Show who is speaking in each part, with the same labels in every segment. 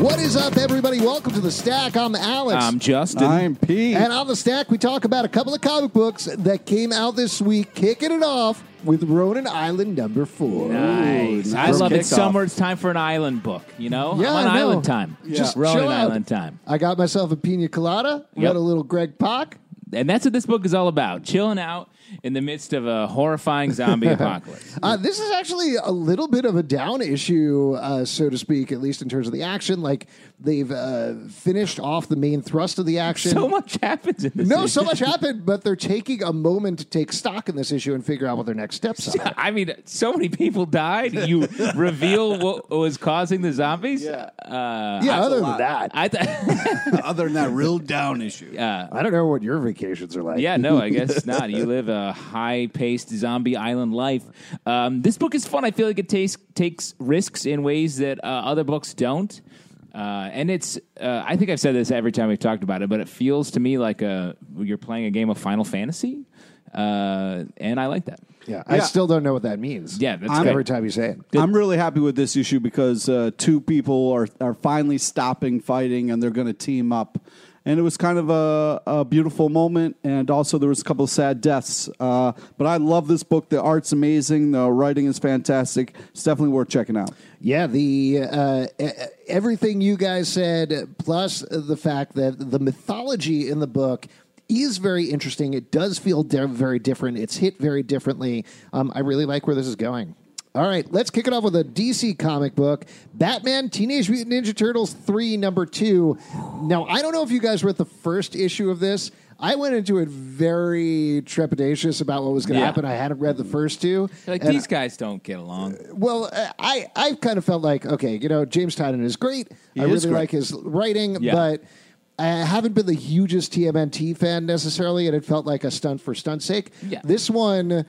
Speaker 1: What is up, everybody? Welcome to The Stack. I'm Alex.
Speaker 2: I'm Justin.
Speaker 3: I'm Pete.
Speaker 1: And on the stack, we talk about a couple of comic books that came out this week, kicking it off with Ronan Island number four.
Speaker 2: nice. I love it.
Speaker 3: Kicks off.
Speaker 2: Summer, it's time for an island book, you know?
Speaker 1: Yeah,
Speaker 2: I'm on
Speaker 1: I know.
Speaker 2: island time.
Speaker 1: Just
Speaker 2: Rowan
Speaker 1: chill out.
Speaker 2: Island time.
Speaker 1: I got myself a pina colada,
Speaker 2: Yep.
Speaker 1: read a little Greg Pak.
Speaker 2: And that's what this book is all about chilling out in the midst of a horrifying zombie apocalypse.
Speaker 1: Uh, this is actually a little bit of a down issue, uh, so to speak, at least in terms of the action. Like they've uh, finished off the main thrust of the action.
Speaker 2: So much happens in this.
Speaker 1: no,
Speaker 2: issue.
Speaker 1: so much happened, but they're taking a moment to take stock in this issue and figure out what their next steps are.
Speaker 2: I mean, so many people died. You reveal what was causing the zombies. Yeah. Uh,
Speaker 1: Yeah,
Speaker 2: I,
Speaker 1: other than that,
Speaker 2: I th-
Speaker 3: Other than that, real down issue.
Speaker 1: I don't know what your vacations are like.
Speaker 2: Yeah, no, I guess not. You live a high-paced zombie island life. Um, this book is fun. I feel like it takes takes risks in ways that uh, other books don't. Uh, and it's, uh, I think I've said this every time we've talked about it, but it feels to me like a, you're playing a game of Final Fantasy. Uh, and I like that.
Speaker 1: Yeah, I still don't know what that means.
Speaker 2: Yeah, that's
Speaker 1: every
Speaker 2: good.
Speaker 1: time you say it.
Speaker 3: I'm really happy with this issue because uh, two people are, are finally stopping fighting and they're going to team up. And it was kind of a, a beautiful moment. And also, there was a couple of sad deaths. Uh, but I love this book. The art's amazing. The writing is fantastic. It's definitely worth checking out.
Speaker 1: Yeah, the uh, e- everything you guys said, plus the fact that the mythology in the book is very interesting. It does feel di- very different. It's hit very differently. Um, I really like where this is going. All right, let's kick it off with a DC comic book, Batman Teenage Mutant Ninja Turtles 3 number 2. Now, I don't know if you guys were at the first issue of this. I went into it very trepidatious about what was going to
Speaker 2: Yeah.
Speaker 1: happen. I hadn't read the first two.
Speaker 2: Like
Speaker 1: and
Speaker 2: these guys don't get along.
Speaker 1: well, uh, I I kind of felt like okay, you know, James Tynan is great. I
Speaker 3: is
Speaker 1: really
Speaker 3: great.
Speaker 1: like his writing,
Speaker 2: Yeah.
Speaker 1: but I haven't been the hugest TMNT fan necessarily, and it felt like a stunt for stunt's sake.
Speaker 2: Yeah.
Speaker 1: This one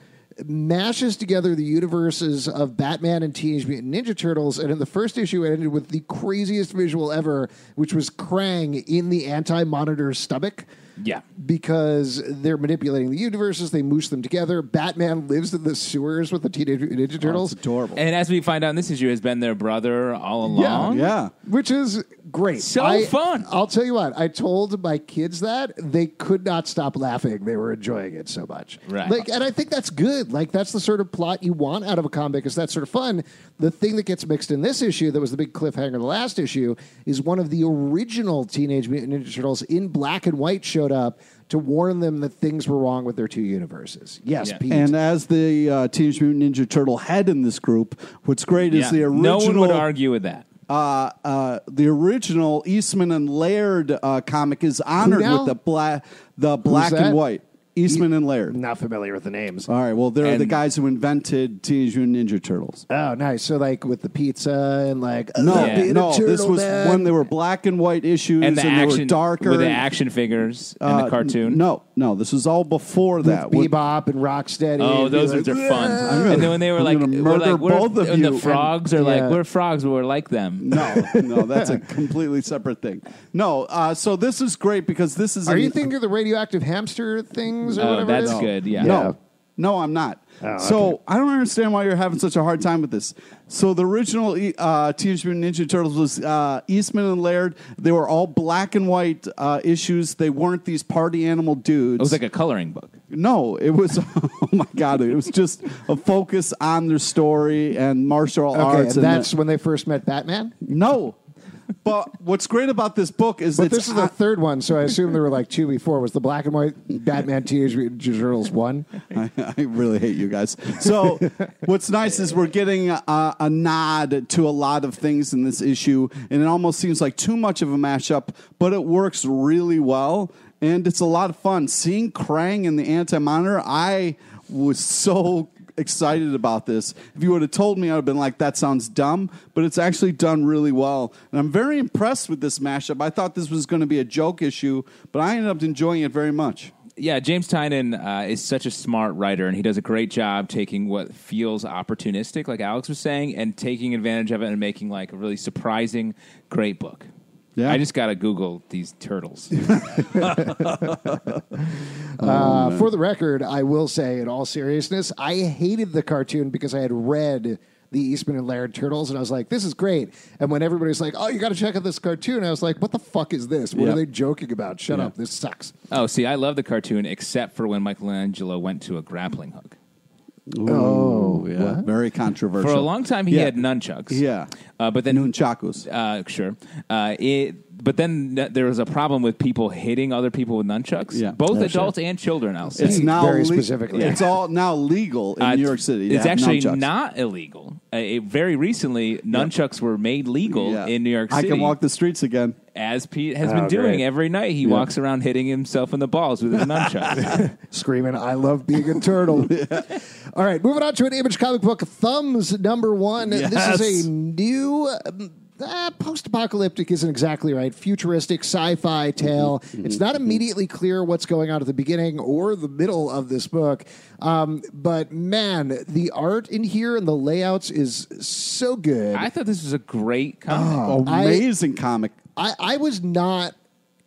Speaker 1: mashes together the universes of Batman and Teenage Mutant Ninja Turtles, and in the first issue, it ended with the craziest visual ever, which was Krang in the Anti-Monitor's stomach
Speaker 2: Yeah.
Speaker 1: because they're manipulating the universes. They moosh them together. Batman lives in the sewers with the Teenage Mutant Ninja Turtles.
Speaker 3: adorable.
Speaker 2: And as we find out, this issue has been their brother all along.
Speaker 3: yeah.
Speaker 1: Which is great.
Speaker 2: So fun.
Speaker 1: I'll tell you what, I told my kids that they could not stop laughing. They were enjoying it so much.
Speaker 2: Right.
Speaker 1: Like, and I think that's good. Like, that's the sort of plot you want out of a comic is that sort of fun. The thing that gets mixed in this issue that was the big cliffhanger the last issue is one of the original Teenage Mutant Ninja Turtles in black and white showed up to warn them that things were wrong with their two universes. Yes,
Speaker 2: Yeah.
Speaker 1: Pete.
Speaker 3: And as the uh, Teenage Mutant Ninja Turtle head in this group, what's great
Speaker 2: Yeah.
Speaker 3: is the original.
Speaker 2: no one would argue with that.
Speaker 3: uh, uh, the original Eastman and Laird uh, comic is honored
Speaker 1: now?
Speaker 3: with the black, the black
Speaker 1: that?
Speaker 3: and white. Eastman and Laird.
Speaker 1: Not familiar with the names.
Speaker 3: All right. Well, they're the
Speaker 2: And-
Speaker 3: guys who invented Teenage Mutant Ninja Turtles.
Speaker 1: Oh, nice. So like with the pizza and like
Speaker 3: No,
Speaker 2: Yeah.
Speaker 3: no. This was when they
Speaker 1: were.
Speaker 3: were black and white issues,
Speaker 2: and the
Speaker 3: they were
Speaker 2: action
Speaker 3: darker.
Speaker 2: with the
Speaker 3: and-
Speaker 2: action figures and
Speaker 3: uh,
Speaker 2: the cartoon.
Speaker 3: No, no. This was all before that. When-
Speaker 1: Bebop and Rocksteady.
Speaker 2: Oh,
Speaker 1: and be
Speaker 2: those
Speaker 1: like,
Speaker 2: ones are fun.
Speaker 1: "Wah!"
Speaker 3: gonna-
Speaker 2: and then when they were
Speaker 3: I'm
Speaker 2: like,
Speaker 3: gonna
Speaker 2: we're
Speaker 3: murder
Speaker 2: like, we're,
Speaker 3: both of
Speaker 2: and
Speaker 3: you.
Speaker 2: the frogs are
Speaker 1: yeah.
Speaker 2: like, we're frogs, but we're like them.
Speaker 3: No, no, that's a completely separate thing. No, uh, so this is great because this is.
Speaker 1: Are
Speaker 3: an-
Speaker 1: you thinking of the radioactive hamster things or
Speaker 2: Oh,
Speaker 1: whatever?
Speaker 2: that's
Speaker 1: it is?
Speaker 2: good. Yeah.
Speaker 3: No,
Speaker 1: Yeah.
Speaker 3: no, I'm not.
Speaker 1: Oh,
Speaker 3: so
Speaker 1: okay.
Speaker 3: I don't understand why you're having such a hard time with this. So the original uh, Teenage Mutant Ninja Turtles was uh, Eastman and Laird. They were all black and white uh, issues. They weren't these party animal
Speaker 2: It
Speaker 3: dudes.
Speaker 2: was like a coloring book.
Speaker 3: No, it was. Oh my god! It was just a focus on their story and martial
Speaker 1: Okay, and
Speaker 3: arts. and
Speaker 1: that's
Speaker 3: the-
Speaker 1: when they first met Batman.
Speaker 3: no. But what's great about this book is
Speaker 1: But
Speaker 3: it's
Speaker 1: this is the third one, so I assume there were like two before. Was the black and white Batman Teenage Mutant Ninja Turtles one?
Speaker 3: I, I really hate you guys. So, what's nice is we're getting a, a nod to a lot of things in this issue, and it almost seems like too much of a mashup, but it works really well, and it's a lot of fun. Seeing Krang and the Anti Monitor, I was so excited about this. If you would have told me, I would have been like, that sounds dumb, but it's actually done really well. And I'm very impressed with this mashup. I thought this was going to be a joke issue, but I ended up enjoying it very much.
Speaker 2: Yeah, James Tynan uh, is such a smart writer, and he does a great job taking what feels opportunistic, like Alex was saying, and taking advantage of it and making like a really surprising, great book.
Speaker 3: Yeah.
Speaker 2: I just gotta Google these turtles.
Speaker 3: Oh,
Speaker 1: Uh, for the record, I will say, in all seriousness, I hated the cartoon because I had read the Eastman and Laird Turtles, and I was like, "This is great." And when everybody's like, "Oh, you got to check out this cartoon," I was like, "What the fuck is this? What
Speaker 3: Yeah.
Speaker 1: are they joking about? Shut
Speaker 3: Yeah.
Speaker 1: up! This sucks."
Speaker 2: oh, see, I love the cartoon except for when Michelangelo went to a grappling hook.
Speaker 3: Oh, yeah. Very
Speaker 2: For
Speaker 3: controversial.
Speaker 2: a long time, he
Speaker 3: Yeah.
Speaker 2: had nunchucks.
Speaker 3: Yeah.
Speaker 2: uh, but then
Speaker 3: Nunchakus.
Speaker 2: Uh, sure. Uh, it, but then th- there was a problem with people hitting other people with nunchucks,
Speaker 3: Yeah.
Speaker 2: both
Speaker 3: Yeah,
Speaker 2: adults and children. I'll say.
Speaker 3: It's now
Speaker 1: Very specifically.
Speaker 3: It's all now legal in
Speaker 2: Uh,
Speaker 3: New York City. to
Speaker 2: It's
Speaker 3: have
Speaker 2: actually
Speaker 3: nunchucks.
Speaker 2: not illegal. Uh, it, very recently, nunchucks were made legal
Speaker 3: Yeah.
Speaker 2: in New York City.
Speaker 3: I can walk the streets again.
Speaker 2: as Pete has
Speaker 1: Oh,
Speaker 2: been doing
Speaker 1: great.
Speaker 2: every night. He walks around hitting himself in the balls with his nunchucks.
Speaker 1: screaming, I love being a turtle. All right, moving on to an image comic book, Thumbs number one. This is
Speaker 3: Yes.
Speaker 1: a new. um, Uh, post-apocalyptic isn't exactly right. Futuristic sci-fi tale. It's not immediately clear what's going on at the beginning or the middle of this book, um, but man, the art in here and the layouts is so good.
Speaker 2: I thought this was a great
Speaker 3: Oh.
Speaker 2: comic.
Speaker 3: Amazing comic.
Speaker 1: I, I was not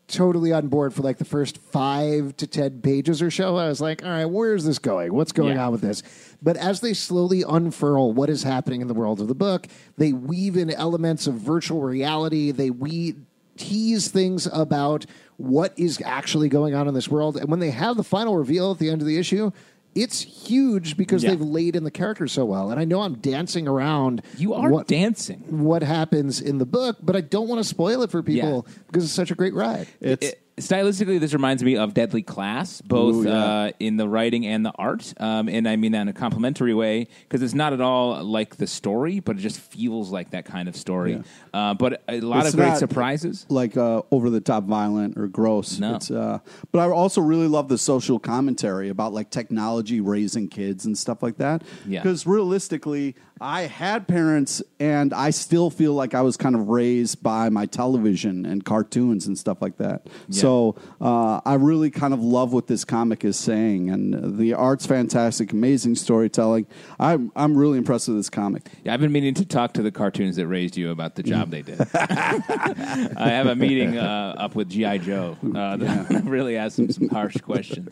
Speaker 1: totally on board for like the first five to ten pages or so. I was like, all right, where is this going? What's going
Speaker 2: Yeah.
Speaker 1: on with this? But as they slowly unfurl what is happening in the world of the book, they weave in elements of virtual reality. They we tease things about what is actually going on in this world. And when they have the final reveal at the end of the issue, it's huge because
Speaker 2: Yeah.
Speaker 1: they've laid in the characters so well. And I know I'm dancing around.
Speaker 2: You are
Speaker 1: what-
Speaker 2: dancing.
Speaker 1: what happens in the book, but I don't want to spoil it for people because it's such a great ride.
Speaker 3: It's
Speaker 2: It- stylistically, this reminds me of Deadly Class, both
Speaker 3: Ooh, yeah.
Speaker 2: uh, in the writing and the art, um, and I mean that in a complimentary way because it's not at all like the story, but it just feels like that kind of story. Uh, but a lot
Speaker 3: It's
Speaker 2: of great
Speaker 3: not-
Speaker 2: surprises.
Speaker 3: like uh, over the top violent or gross.
Speaker 2: No.
Speaker 3: It's, uh, but I also really love the social commentary about like technology raising kids and stuff like that.
Speaker 2: Yeah.
Speaker 3: Because realistically, I had parents and I still feel like I was kind of raised by my television and cartoons and stuff like that. So uh, I really kind of love what this comic is saying. And the art's fantastic, amazing storytelling. I'm, I'm really impressed with this comic.
Speaker 2: Yeah, I've been meaning to talk to the cartoons that raised you about the job they did. I have a meeting uh, up with GI Joe. Uh, that really asked him some harsh questions.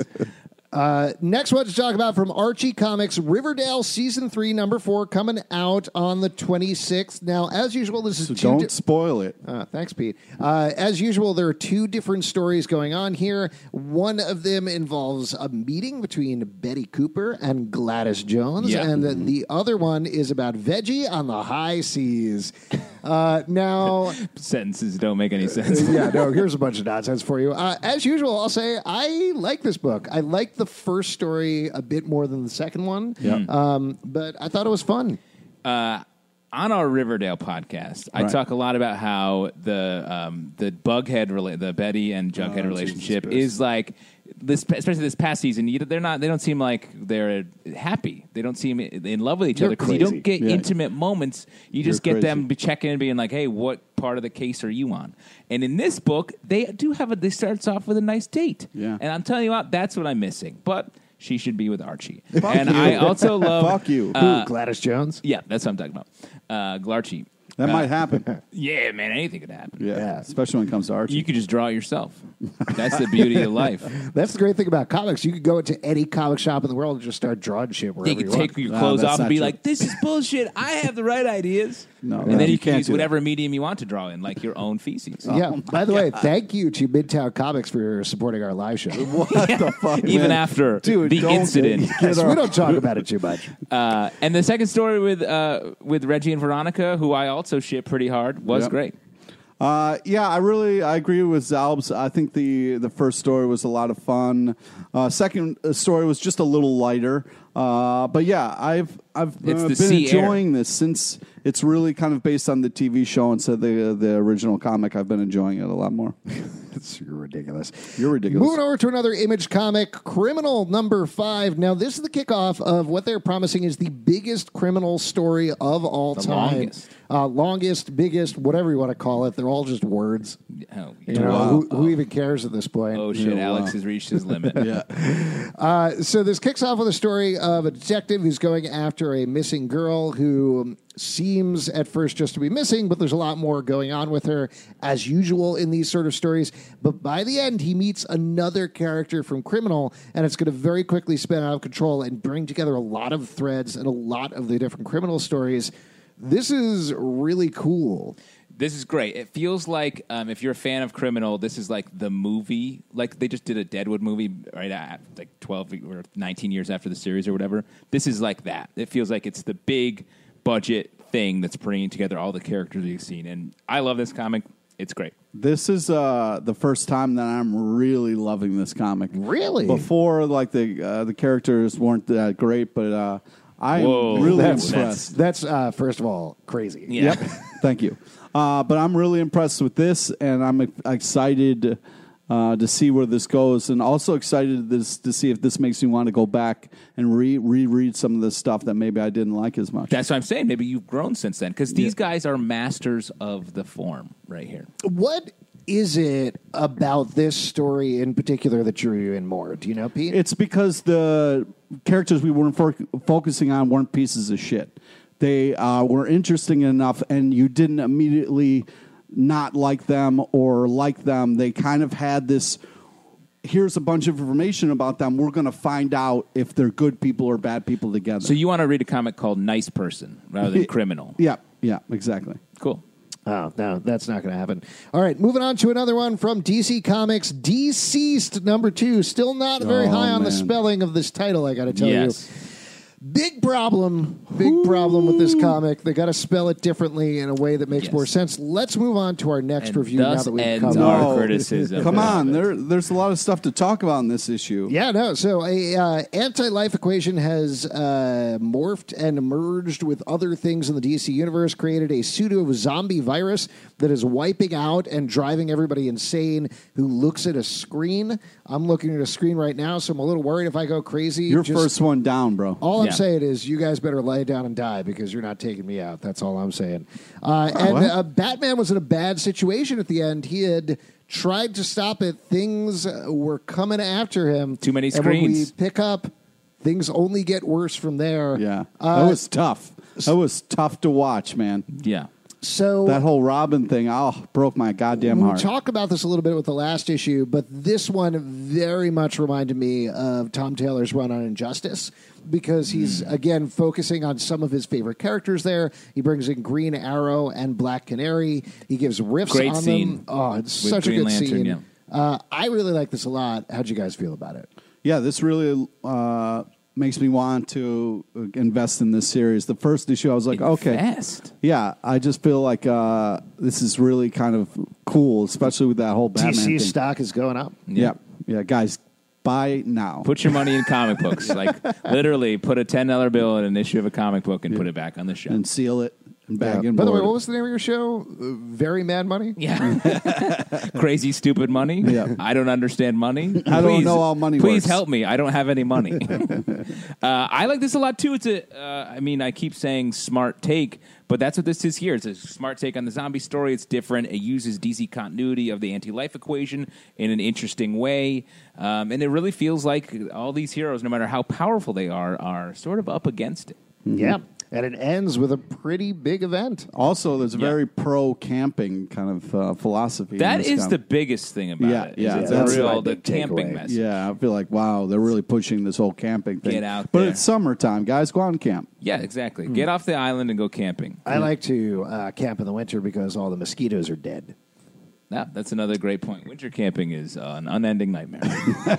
Speaker 1: Next one to talk about from Archie Comics Riverdale Season 3, number 4, coming out on the 26th. Now, as usual, this is
Speaker 3: So
Speaker 1: 2
Speaker 3: don't
Speaker 1: di-
Speaker 3: spoil it.
Speaker 1: Uh, thanks, Pete. Uh, as usual, there are two different stories going on here. One of them involves a meeting between Betty Cooper and Gladys Jones,
Speaker 2: Yeah.
Speaker 1: and the, the other one is about Veggie on the high seas. Uh, now,
Speaker 2: Sentences don't make any sense.
Speaker 1: yeah, no, here's a bunch of nonsense for you. Uh, as usual, I'll say I like this book. I liked the first story a bit more than the second one.
Speaker 3: Hmm.
Speaker 1: Um, but I thought it was fun.
Speaker 2: on our Riverdale podcast, I
Speaker 3: Right.
Speaker 2: talk a lot about
Speaker 3: Oh,
Speaker 2: how the um, the Bughead rela- the Betty and Jughead relationship is like this, especially this past season, you, they're not. They don't seem like they're happy. They don't seem in love with each
Speaker 1: You're
Speaker 2: other because you
Speaker 1: crazy.
Speaker 2: don't get
Speaker 3: Yeah.
Speaker 2: intimate moments. You just
Speaker 3: You're
Speaker 2: get
Speaker 3: crazy.
Speaker 2: them be checking and being like, "Hey, what part of the case are you on?" And in this book, they do have a. They starts off with a nice date.
Speaker 3: Yeah.
Speaker 2: and I'm telling you what, that's what I'm missing. But she should be with Archie. and I also love.
Speaker 3: Fuck you.
Speaker 1: Ooh, Gladys Jones.
Speaker 2: Yeah, that's what I'm talking about. Uh, Glarchi.
Speaker 3: that might happen. Yeah.
Speaker 2: Yeah, man, anything could happen.
Speaker 3: especially when it comes to Archie.
Speaker 2: You could just draw it yourself. That's the beauty of life.
Speaker 1: That's the great thing about comics. You could go into any comic shop in the world and just start drawing shit wherever
Speaker 2: You
Speaker 1: you,
Speaker 2: could
Speaker 1: want.
Speaker 2: take your
Speaker 3: Ah,
Speaker 2: clothes
Speaker 3: that's
Speaker 2: off and
Speaker 3: not
Speaker 2: be
Speaker 3: true.
Speaker 2: like, "This is bullshit. I have the right ideas."
Speaker 3: No,
Speaker 2: and then
Speaker 3: you
Speaker 2: you can
Speaker 3: can't
Speaker 2: use
Speaker 3: do that.
Speaker 2: whatever medium you want to draw in, like your own feces.
Speaker 1: yeah.
Speaker 3: Oh
Speaker 1: By the way, thank you to Midtown Comics for supporting our live show.
Speaker 3: what the fuck,
Speaker 2: Even
Speaker 3: man?
Speaker 2: after
Speaker 3: Dude,
Speaker 2: the
Speaker 3: don't
Speaker 2: incident.
Speaker 3: get-
Speaker 1: Yes,
Speaker 3: get
Speaker 1: we
Speaker 3: our-
Speaker 1: don't talk about it too much.
Speaker 2: Uh, and the second story with uh, with Reggie and Veronica, who I also shit pretty hard, was
Speaker 3: Yep.
Speaker 2: great.
Speaker 3: Uh, yeah, I really I agree with Zalbs. I think the the first story was a lot of fun. Uh, second story was just a little lighter. Uh, but yeah, I've I've
Speaker 2: It's the
Speaker 3: uh, been
Speaker 2: sea air.
Speaker 3: enjoying this since it's really kind of based on the TV show instead of the the original comic. I've been enjoying it a lot more.
Speaker 1: That's you're ridiculous.
Speaker 3: You're ridiculous.
Speaker 1: Moving over to another image comic, Criminal Number Five. Now, this is the kickoff of what they're promising is the biggest criminal story of all
Speaker 2: The
Speaker 1: time.
Speaker 2: longest.
Speaker 1: Uh, longest, biggest, whatever you want to call it. They're all just words.
Speaker 2: Oh,
Speaker 1: You know,
Speaker 3: Wow.
Speaker 1: who, who even cares at this point?
Speaker 2: oh shit!
Speaker 3: Yeah, wow.
Speaker 2: Alex has reached his limit.
Speaker 3: Yeah,
Speaker 1: so this kicks off with a story of a detective who's going after a missing girl who um, seems at first just to be missing, but there's a lot more going on with her, as usual in these sort of stories. But by the end, he meets another character from Criminal, and it's going to very quickly spin out of control and bring together a lot of threads and a lot of the different criminal stories. This is really cool.
Speaker 2: This is great. It feels like um, if you're a fan of Criminal, this is like the movie. Like they just did a Deadwood movie right at like 12 or 19 years after the series or whatever. This is like that. It feels like it's the big budget thing that's bringing together all the characters you've seen. And I love this comic. It's great.
Speaker 3: this is uh, the first time that I'm really loving this comic.
Speaker 1: Really?
Speaker 3: Before, like the uh, the characters weren't that great, but uh, I
Speaker 2: Whoa,
Speaker 3: am really
Speaker 2: that's-
Speaker 3: impressed.
Speaker 1: That's, uh, first of all, crazy.
Speaker 2: Yeah.
Speaker 3: Yep. Thank you. Uh, but I'm really impressed with this, and I'm ex- excited uh, to see where this goes, and also excited this, to see if this makes me want to go back and re- reread some of the stuff that maybe I didn't like as much.
Speaker 2: That's what I'm saying. Maybe you've grown since then because these guys are masters of the form right here.
Speaker 1: What is it about this story in particular that drew you in more? Do you know, Pete?
Speaker 3: It's because the characters we weren't fo- focusing on weren't pieces of shit. They uh, were interesting enough, and you didn't immediately not like them or like them. They kind of had this. Here's a bunch of information about them. We're going to find out if they're good people or bad people together.
Speaker 2: So you want to read a comic called Nice Person rather than Criminal.
Speaker 3: yeah, yeah, exactly.
Speaker 2: Cool.
Speaker 1: Oh, no, that's not going to happen. All right, moving on to another one from DC Comics Deceased number two. Still not very
Speaker 3: Oh,
Speaker 1: high on the
Speaker 3: man.
Speaker 1: spelling of this title, I got to tell
Speaker 2: yes.
Speaker 1: you. Big problem, big problem with this comic. They got to spell it differently in a way that makes
Speaker 2: Yes.
Speaker 1: more sense. Let's move on to our next
Speaker 2: And
Speaker 1: review now
Speaker 2: thus
Speaker 1: that we've
Speaker 2: ends
Speaker 1: covered.
Speaker 2: our- No. criticism
Speaker 3: Come
Speaker 2: about
Speaker 3: on,
Speaker 2: it.
Speaker 3: there, there's a lot of stuff to talk about in this issue.
Speaker 1: Yeah, no. So a uh, anti-life equation has uh, morphed and merged with other things in the DC universe, created a pseudo zombie virus that is wiping out and driving everybody insane who looks at a screen. I'm looking at a screen right now, so I'm a little worried if I go crazy.
Speaker 3: Your
Speaker 1: Just-
Speaker 3: first one down, bro.
Speaker 1: All I'm
Speaker 2: Yeah.
Speaker 1: saying is, you guys better lay down and die because you're not taking me out. That's all I'm saying. Uh, and
Speaker 3: What?
Speaker 1: uh, Batman was in a bad situation at the end. He had tried to stop it. Things uh, were coming after him.
Speaker 2: Too many
Speaker 1: And when we
Speaker 2: screens.
Speaker 1: pick up, things only get worse from there.
Speaker 3: Yeah,
Speaker 1: Uh,
Speaker 3: that was tough. That was tough to watch, man.
Speaker 2: Yeah.
Speaker 1: so
Speaker 3: That whole Robin thing, oh, broke my goddamn
Speaker 1: we
Speaker 3: heart.
Speaker 1: talked about this a little bit with the last issue, but this one very much reminded me of Tom Taylor's run on Injustice because he's
Speaker 2: Hmm.
Speaker 1: again focusing on some of his favorite characters there. He brings in Green Arrow and Black Canary. He gives riffs
Speaker 2: Great
Speaker 1: on
Speaker 2: scene
Speaker 1: them. Oh, it's
Speaker 2: with
Speaker 1: such
Speaker 2: Green
Speaker 1: a good
Speaker 2: Lantern,
Speaker 1: scene.
Speaker 2: yeah.
Speaker 1: Uh, I really like this a lot. How'd you guys feel about it?
Speaker 3: yeah, this really uh, makes me want to uh, invest in this series. The first issue, I was like, okay,
Speaker 2: Invest.
Speaker 3: yeah, I just feel like uh, this is really kind of cool, especially with that whole Batman
Speaker 1: DC
Speaker 3: thing.
Speaker 1: stock is going up.
Speaker 3: Yeah, yeah, guys, buy now.
Speaker 2: Put your money in comic books. like literally, put a ten dollar bill in an issue of a comic book and put it back on the shelf.
Speaker 3: and seal it and bag
Speaker 1: Yeah.
Speaker 3: and
Speaker 1: By the way,
Speaker 3: board.
Speaker 1: what was the name of your show? Uh, Very Mad Money?
Speaker 2: Yeah. Crazy, stupid money.
Speaker 3: Yeah.
Speaker 2: I don't understand money.
Speaker 3: I don't know how money
Speaker 2: Please
Speaker 3: works.
Speaker 2: help me. I don't have any money. uh, I like this a lot too. It's a. Uh, I mean, I keep saying smart take, but that's what this is here. It's a smart take on the zombie story. It's different. It uses DC continuity of the anti-life equation in an interesting way, um, and it really feels like all these heroes, no matter how powerful they are, are sort of up against it.
Speaker 1: Yeah. And it ends with a pretty big event.
Speaker 3: also, there's a
Speaker 2: Yeah.
Speaker 3: very pro camping kind of uh, philosophy. in
Speaker 2: That
Speaker 3: this
Speaker 2: is
Speaker 3: comic.
Speaker 2: the biggest thing about
Speaker 3: Yeah,
Speaker 2: it. is
Speaker 3: yeah,
Speaker 2: it's
Speaker 3: that's
Speaker 2: a
Speaker 1: my
Speaker 2: real the
Speaker 1: big
Speaker 2: camping
Speaker 1: takeaway.
Speaker 2: mess.
Speaker 3: Yeah, I feel like wow, they're really pushing this whole camping thing.
Speaker 2: Get out
Speaker 3: but
Speaker 2: there.
Speaker 3: it's summertime, guys. Go out and camp.
Speaker 2: Yeah, exactly. Get off the island and go camping.
Speaker 1: I like to uh, camp in the winter because all the mosquitoes are dead.
Speaker 2: Yeah, that's another great point. Winter camping is uh, an unending nightmare. Uh,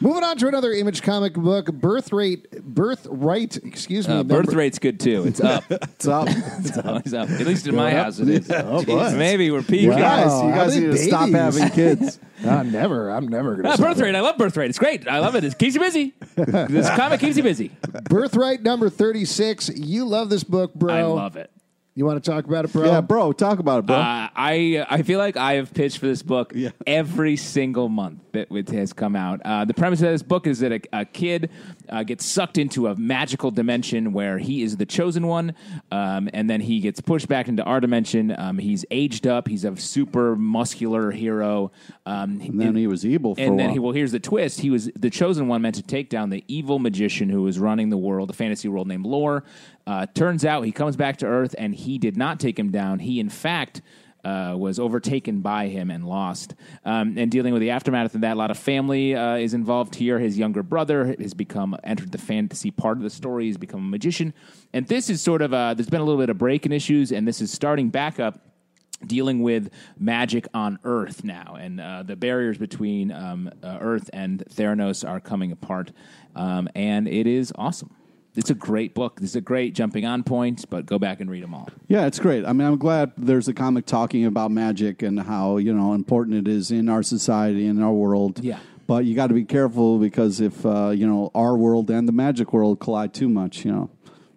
Speaker 1: Moving on to another image comic book, Birth Rate, Birth Right, excuse me.
Speaker 2: Uh,
Speaker 1: number-
Speaker 2: birth rate's good too. It's up.
Speaker 3: It's up.
Speaker 2: It's always up. At least in my
Speaker 3: up.
Speaker 2: house it is.
Speaker 3: Oh, boy.
Speaker 2: Maybe we're peaking.
Speaker 1: Wow.
Speaker 3: guys, you
Speaker 1: how
Speaker 3: guys need
Speaker 1: many
Speaker 3: to stop
Speaker 1: babies?
Speaker 3: having kids.
Speaker 1: Uh, never. I'm never going
Speaker 2: Ah,
Speaker 1: to.
Speaker 2: birth rate. I love birth rate. It's great. I love it. It keeps you busy. This comic keeps you busy.
Speaker 1: Birthright number 36. You love this book, bro.
Speaker 2: uh, I love it.
Speaker 1: You want to talk about it, bro?
Speaker 3: yeah, bro, talk about it, bro.
Speaker 2: Uh, I I feel like I have pitched for this book
Speaker 3: Yeah.
Speaker 2: every single month that it has come out. Uh, the premise of this book is that a, a kid uh, gets sucked into a magical dimension where he is the chosen one, um, and then he gets pushed back into our dimension. Um, he's aged up. He's a super muscular hero. Um,
Speaker 3: and then he was evil for a
Speaker 2: and then
Speaker 3: while.
Speaker 2: he well here's the twist he was the chosen one meant to take down the evil magician who was running the world the fantasy world named lore uh, turns out he comes back to earth and he did not take him down he in fact uh, was overtaken by him and lost um, and dealing with the aftermath of that a lot of family uh, is involved here his younger brother has become entered the fantasy part of the story he's become a magician and this is sort of uh, there's been a little bit of break in issues and this is starting back up dealing with magic on Earth now, and uh, the barriers between um, uh, Earth and Theranos are coming apart, um, and it is awesome. It's a great book. This is a great jumping on point, but go back and read them all.
Speaker 3: Yeah, it's great. I mean, I'm glad there's a comic talking about magic and how you know important it is in our society in our world.
Speaker 2: Yeah.
Speaker 3: but you got to be careful because if uh, you know our world and the magic world collide too much, you know,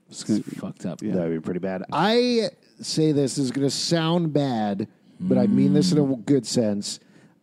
Speaker 3: it's gonna,
Speaker 2: Fucked up.
Speaker 1: That would be pretty bad. I say this is going to sound bad, but I mean this in a good sense.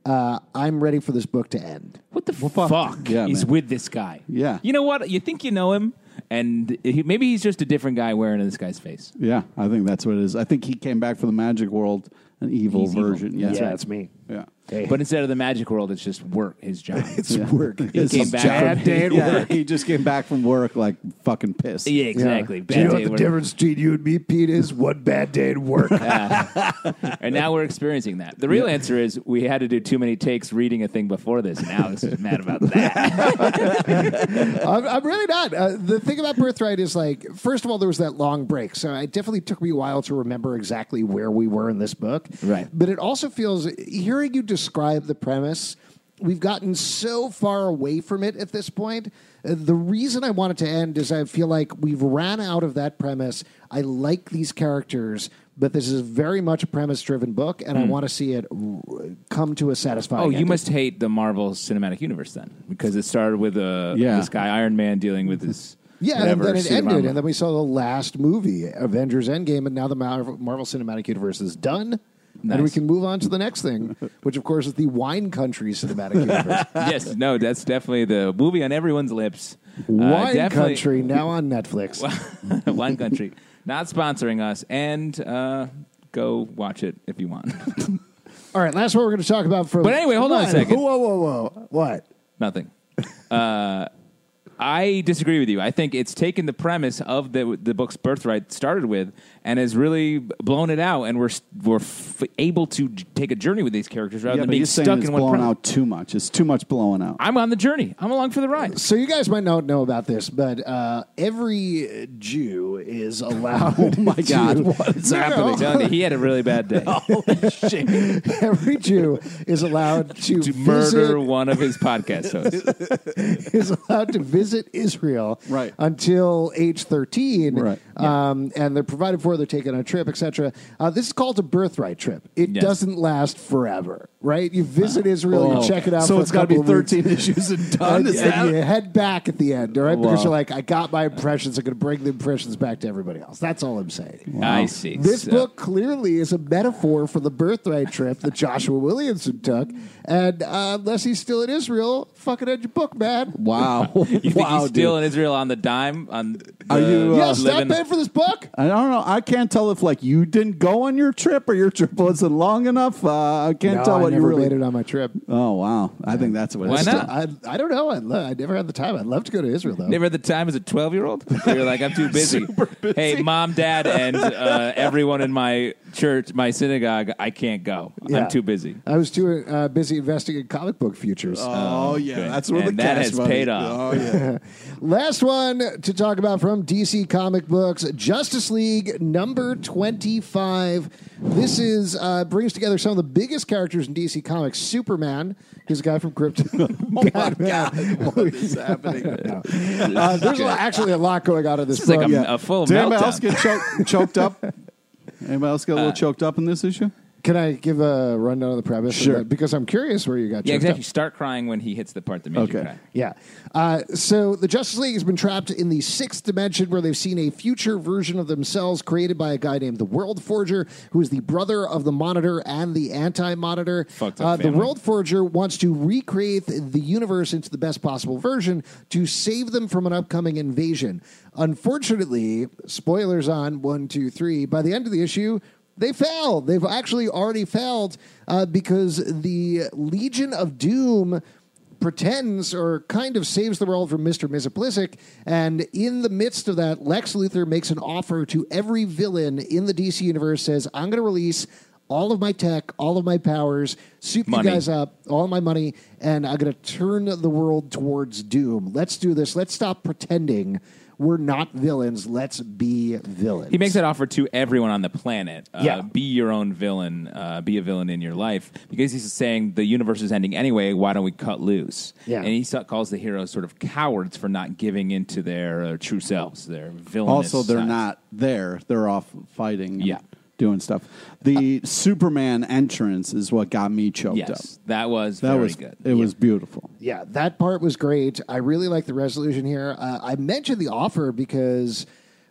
Speaker 1: Uh, I'm ready for this book to end.
Speaker 2: What the
Speaker 3: fuck.
Speaker 2: fuck,
Speaker 3: Yeah,
Speaker 2: is
Speaker 3: man.
Speaker 2: with this guy?
Speaker 3: Yeah.
Speaker 2: You know what? You think you know him, and he, maybe he's just a different guy wearing this guy's face.
Speaker 3: yeah, I think that's what it is. I think he came back from the magic world, an evil
Speaker 2: He's evil.
Speaker 3: version. Yeah,
Speaker 1: yeah, it's me.
Speaker 3: yeah.
Speaker 1: Hey.
Speaker 2: But instead of the magic world, it's just work, his job.
Speaker 1: It's work.
Speaker 2: he came
Speaker 3: His
Speaker 2: back
Speaker 3: job.
Speaker 2: from- Bad day at
Speaker 3: Yeah, He just came back from work like fucking pissed.
Speaker 2: yeah, exactly. Bad
Speaker 1: Do you know
Speaker 2: day
Speaker 1: what
Speaker 2: at
Speaker 1: the
Speaker 2: work.
Speaker 1: difference between you and me, Pete, is? One bad day at work.
Speaker 2: And now we're experiencing that. The real answer is we had to do too many takes reading a thing before this, and Alex is mad about that.
Speaker 1: I'm, I'm really not. Uh, the thing about Birthright is like, first of all, there was that long break. So it definitely took me a while to remember exactly where we were in this book.
Speaker 2: Right.
Speaker 1: But it also feels, hearing you describe the premise, we've gotten so far away from it at this point. Uh, the reason I wanted to end is I feel like we've ran out of that premise. I like these characters. But this is very much a premise driven book, and I want to see it r- come to a satisfying
Speaker 2: Hmm. Oh, you
Speaker 1: ending.
Speaker 2: must hate the Marvel Cinematic Universe then, because it started with uh,
Speaker 3: Yeah.
Speaker 2: this guy Iron Man dealing with his
Speaker 1: Yeah,
Speaker 2: whatever,
Speaker 1: and then it
Speaker 2: suit of
Speaker 1: ended,
Speaker 2: armor.
Speaker 1: and then we saw the last movie, Avengers Endgame, and now the Marvel, Marvel Cinematic Universe is done.
Speaker 2: Nice.
Speaker 1: And we can move on to the next thing, which of course is the Wine Country
Speaker 2: Uh,
Speaker 1: Cinematic Universe.
Speaker 2: yes, no, that's definitely the movie on everyone's lips. Uh,
Speaker 1: Wine
Speaker 2: definitely-
Speaker 1: Country now on Netflix.
Speaker 2: Wine Country, not sponsoring us, and uh, go watch it if you want.
Speaker 1: All right, last one we're going to talk about from.
Speaker 2: But anyway, hold on a
Speaker 1: What?
Speaker 2: second.
Speaker 1: Whoa, whoa, whoa! What?
Speaker 2: Nothing. Uh, I disagree with you. I think it's taken the premise of the the book's birthright started with and has really blown it out, and we're we're f- able to j- take a journey with these characters rather
Speaker 3: Yeah,
Speaker 2: than
Speaker 3: but
Speaker 2: being
Speaker 3: you're
Speaker 2: stuck
Speaker 3: saying it's
Speaker 2: in one
Speaker 3: blowing
Speaker 2: premise.
Speaker 3: out too much. It's too much blowing out.
Speaker 2: I'm on the journey. I'm along for the ride.
Speaker 1: So you guys might not know about this, but uh, every Jew is allowed. oh my
Speaker 3: God, what
Speaker 1: is
Speaker 2: I'm telling you, he had a really bad day
Speaker 1: Every Jew is allowed to,
Speaker 2: to
Speaker 1: visit-
Speaker 2: murder one of his podcast hosts.
Speaker 1: is allowed to visit Israel
Speaker 3: Right.
Speaker 1: until age 13.
Speaker 3: Right.
Speaker 1: Um, And they're provided for, they're taken on a trip, etc. Uh, this is called a birthright trip. It
Speaker 2: Yes.
Speaker 1: doesn't last forever, right? You visit Israel,
Speaker 3: Oh.
Speaker 1: you check it out.
Speaker 3: So
Speaker 1: for
Speaker 3: it's
Speaker 1: got to
Speaker 3: be 13 issues and done.
Speaker 1: and,
Speaker 3: Is
Speaker 1: and
Speaker 3: that-
Speaker 1: you head back at the end, all right? Because
Speaker 3: Wow.
Speaker 1: you're like, I got my impressions. I'm going to bring the impressions back to everybody else. That's all I'm saying.
Speaker 2: I see.
Speaker 1: This
Speaker 2: So-
Speaker 1: book clearly is a metaphor for the birthright trip that Joshua Williamson took. And uh, unless he's still in Israel, fucking end your book, man.
Speaker 3: Wow.
Speaker 2: You think
Speaker 3: wow,
Speaker 2: he's
Speaker 3: dude.
Speaker 2: still in Israel on the dime? On
Speaker 3: Are
Speaker 2: the-
Speaker 3: you, uh,
Speaker 1: Yes, stop
Speaker 2: living-
Speaker 1: paying for this book.
Speaker 3: I don't know. I can't tell if like you didn't go on your trip or your trip wasn't long enough. Uh, I can't
Speaker 1: No,
Speaker 3: tell
Speaker 1: I
Speaker 3: what you
Speaker 1: never
Speaker 3: really.
Speaker 1: made it on my trip.
Speaker 3: Oh wow! I think that's what.
Speaker 2: Why
Speaker 3: it's
Speaker 2: not?
Speaker 1: I, I don't know. I, lo- I never had the time. I'd love to go to Israel, though.
Speaker 2: Never at the time as a 12 year old? You're like, I'm too busy.
Speaker 3: busy.
Speaker 2: Hey, mom, dad, and uh, everyone in my church, my synagogue, I can't go.
Speaker 1: Yeah.
Speaker 2: I'm too busy.
Speaker 1: I was too uh, busy investing in comic book futures.
Speaker 3: Oh yeah, that's where
Speaker 2: where the
Speaker 3: the
Speaker 2: And that cash has money- paid off.
Speaker 3: Oh yeah.
Speaker 1: Last one to talk about from DC Comic Books, Justice League number 25. This is uh, brings together some of the biggest characters in DC Comics. Superman, he's a guy from Krypton. oh
Speaker 3: what is happening?
Speaker 1: Uh, there's a- actually a lot going on in this,
Speaker 2: It's like
Speaker 1: book.
Speaker 2: a, a full
Speaker 3: Did anybody else
Speaker 2: meltdown. Uh,
Speaker 3: get choked, choked up? Anybody else get a little choked up in this issue?
Speaker 1: Can I give a rundown of the premise?
Speaker 3: Sure.
Speaker 1: Because I'm curious where you got tripped up.
Speaker 2: Yeah, exactly. Start crying when he hits the part that made you
Speaker 3: Okay.
Speaker 2: cry.
Speaker 1: Yeah. Uh, so the Justice League has been trapped in the sixth dimension where they've seen a future version of themselves created by a guy named the World Forger, who is the brother of the Monitor and the Anti Monitor.
Speaker 2: Fucked up
Speaker 1: Uh, the
Speaker 2: family.
Speaker 1: World Forger wants to recreate the universe into the best possible version to save them from an upcoming invasion. Unfortunately, spoilers on one, two, three, by the end of the issue, they fail. They've actually already failed uh, because the Legion of Doom pretends or kind of saves the world from Mr. Misoplisic. And in the midst of that, Lex Luthor makes an offer to every villain in the DC universe, says, I'm going to release all of my tech, all of my powers, soup
Speaker 2: Money.
Speaker 1: you guys up, all my money, and I'm going to turn the world towards doom. Let's do this. Let's stop pretending we're not villains. Let's be villains.
Speaker 2: He makes that offer to everyone on the planet. Uh,
Speaker 1: Yeah.
Speaker 2: Be your own villain. Uh, be a villain in your life. Because he's saying the universe is ending anyway. Why don't we cut loose?
Speaker 1: Yeah.
Speaker 2: And he so- calls the heroes sort of cowards for not giving into their uh, true selves, their villainous
Speaker 3: Also, they're
Speaker 2: sides.
Speaker 3: not there. They're off fighting. and
Speaker 2: Yeah. Uh,
Speaker 3: Doing stuff. The Superman entrance is what got me choked
Speaker 2: Yes.
Speaker 3: up.
Speaker 2: That was
Speaker 3: That
Speaker 2: very
Speaker 3: was
Speaker 2: good.
Speaker 3: It was beautiful.
Speaker 1: yeah, that part was great. I really like the resolution here. Uh, I mentioned the offer because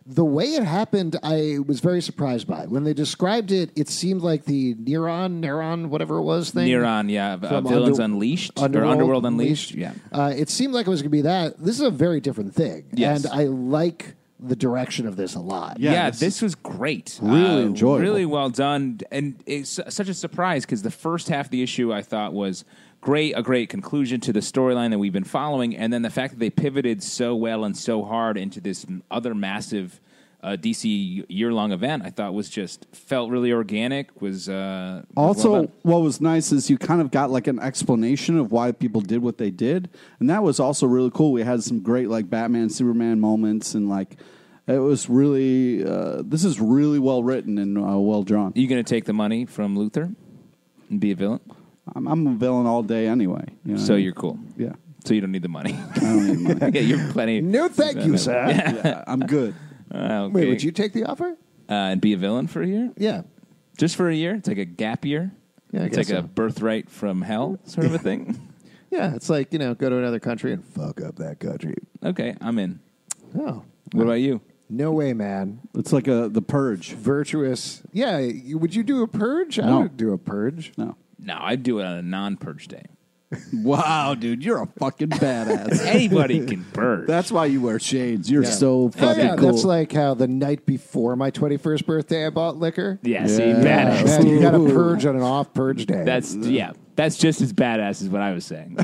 Speaker 1: the way it happened, I was very surprised by. When they described it, it seemed like the Neuron, Neuron, whatever it was thing.
Speaker 2: Neuron, yeah, uh,
Speaker 1: From
Speaker 2: Villains
Speaker 1: Under-
Speaker 2: Unleashed or Underworld Unleashed, yeah.
Speaker 1: Uh, it seemed like it was going to be that. This is a very different thing.
Speaker 2: Yes.
Speaker 1: And I like the direction of this a lot.
Speaker 2: Yeah,
Speaker 3: Yeah,
Speaker 2: this,
Speaker 3: this
Speaker 2: was great. Uh,
Speaker 3: really enjoyable.
Speaker 2: Really well done, and it's such a surprise because the first half of the issue I thought was great, a great conclusion to the storyline that we've been following, and then the fact that they pivoted so well and so hard into this m- other massive uh, DC year-long event, I thought was just felt really organic. Was uh, was well
Speaker 3: Also,
Speaker 2: done.
Speaker 3: what was nice is you kind of got like an explanation of why people did what they did, and that was also really cool. We had some great like Batman, Superman moments, and like it was really uh, this is really well written and uh, well drawn.
Speaker 2: you going to take the money from Luther and be a villain?
Speaker 3: I'm, I'm a villain all day anyway. you know?
Speaker 2: So you're cool.
Speaker 3: yeah.
Speaker 2: So you don't need the money.
Speaker 3: Uh, I don't need money.
Speaker 2: yeah, you're plenty.
Speaker 1: No, thank you, sir.
Speaker 3: Yeah, I'm good.
Speaker 2: Uh,
Speaker 1: Wait,
Speaker 2: okay.
Speaker 1: would you take the offer?
Speaker 2: uh, and be a villain for a year?
Speaker 1: Yeah.
Speaker 2: just for a year. It's like a gap year.
Speaker 1: Yeah, I
Speaker 2: it's like
Speaker 1: guess
Speaker 2: a
Speaker 1: so.
Speaker 2: birthright from hell sort of a thing.
Speaker 1: Yeah, it's like, you know, go to another country and fuck up that country.
Speaker 2: Okay, I'm in.
Speaker 1: Oh.
Speaker 2: What about you?
Speaker 1: No way, man.
Speaker 3: It's like a the purge.
Speaker 1: virtuous. Yeah, you- would you do a purge? I
Speaker 3: No.
Speaker 1: would do a purge.
Speaker 3: No.
Speaker 2: No, I'd do it on a non-purge day.
Speaker 3: Wow, dude, you're a fucking badass.
Speaker 2: Anybody can purge.
Speaker 3: That's why you wear shades. You're so
Speaker 1: Oh,
Speaker 3: fucking
Speaker 1: yeah,
Speaker 3: cool.
Speaker 1: that's like how the night before my 21st birthday I bought liquor.
Speaker 2: yeah, see,
Speaker 1: Yeah,
Speaker 2: badass.
Speaker 1: man, you got to purge on an off purge day.
Speaker 2: That's yeah. That's just as badass as what I was saying.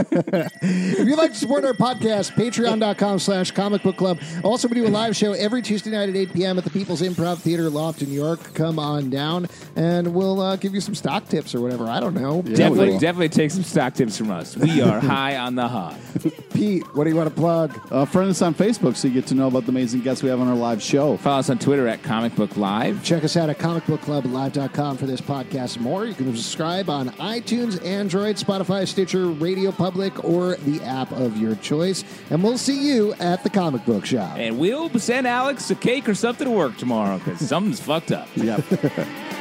Speaker 1: if you'd like to support our podcast, patreon.com slash comic book club. Also, we do a live show every Tuesday night at 8 p.m. at the People's Improv Theater Loft in New York. Come on down and we'll uh, give you some stock tips or whatever. I don't know.
Speaker 2: definitely,
Speaker 1: What do you-
Speaker 2: definitely take some stock tips from us. We are high on the hog.
Speaker 1: Pete, what do you want to plug?
Speaker 3: Uh, friend us on Facebook so you get to know about the amazing guests we have on our live show.
Speaker 2: Follow us on Twitter at Comic Book Live.
Speaker 1: Check us out at comicbookclublive.com for this podcast and more. You can subscribe on iTunes, Android, Spotify, Stitcher, Radio Public, or the app of your choice. And we'll see you at the comic book shop.
Speaker 2: And we'll send Alex a cake or something to work tomorrow because something's fucked up.
Speaker 4: Yeah.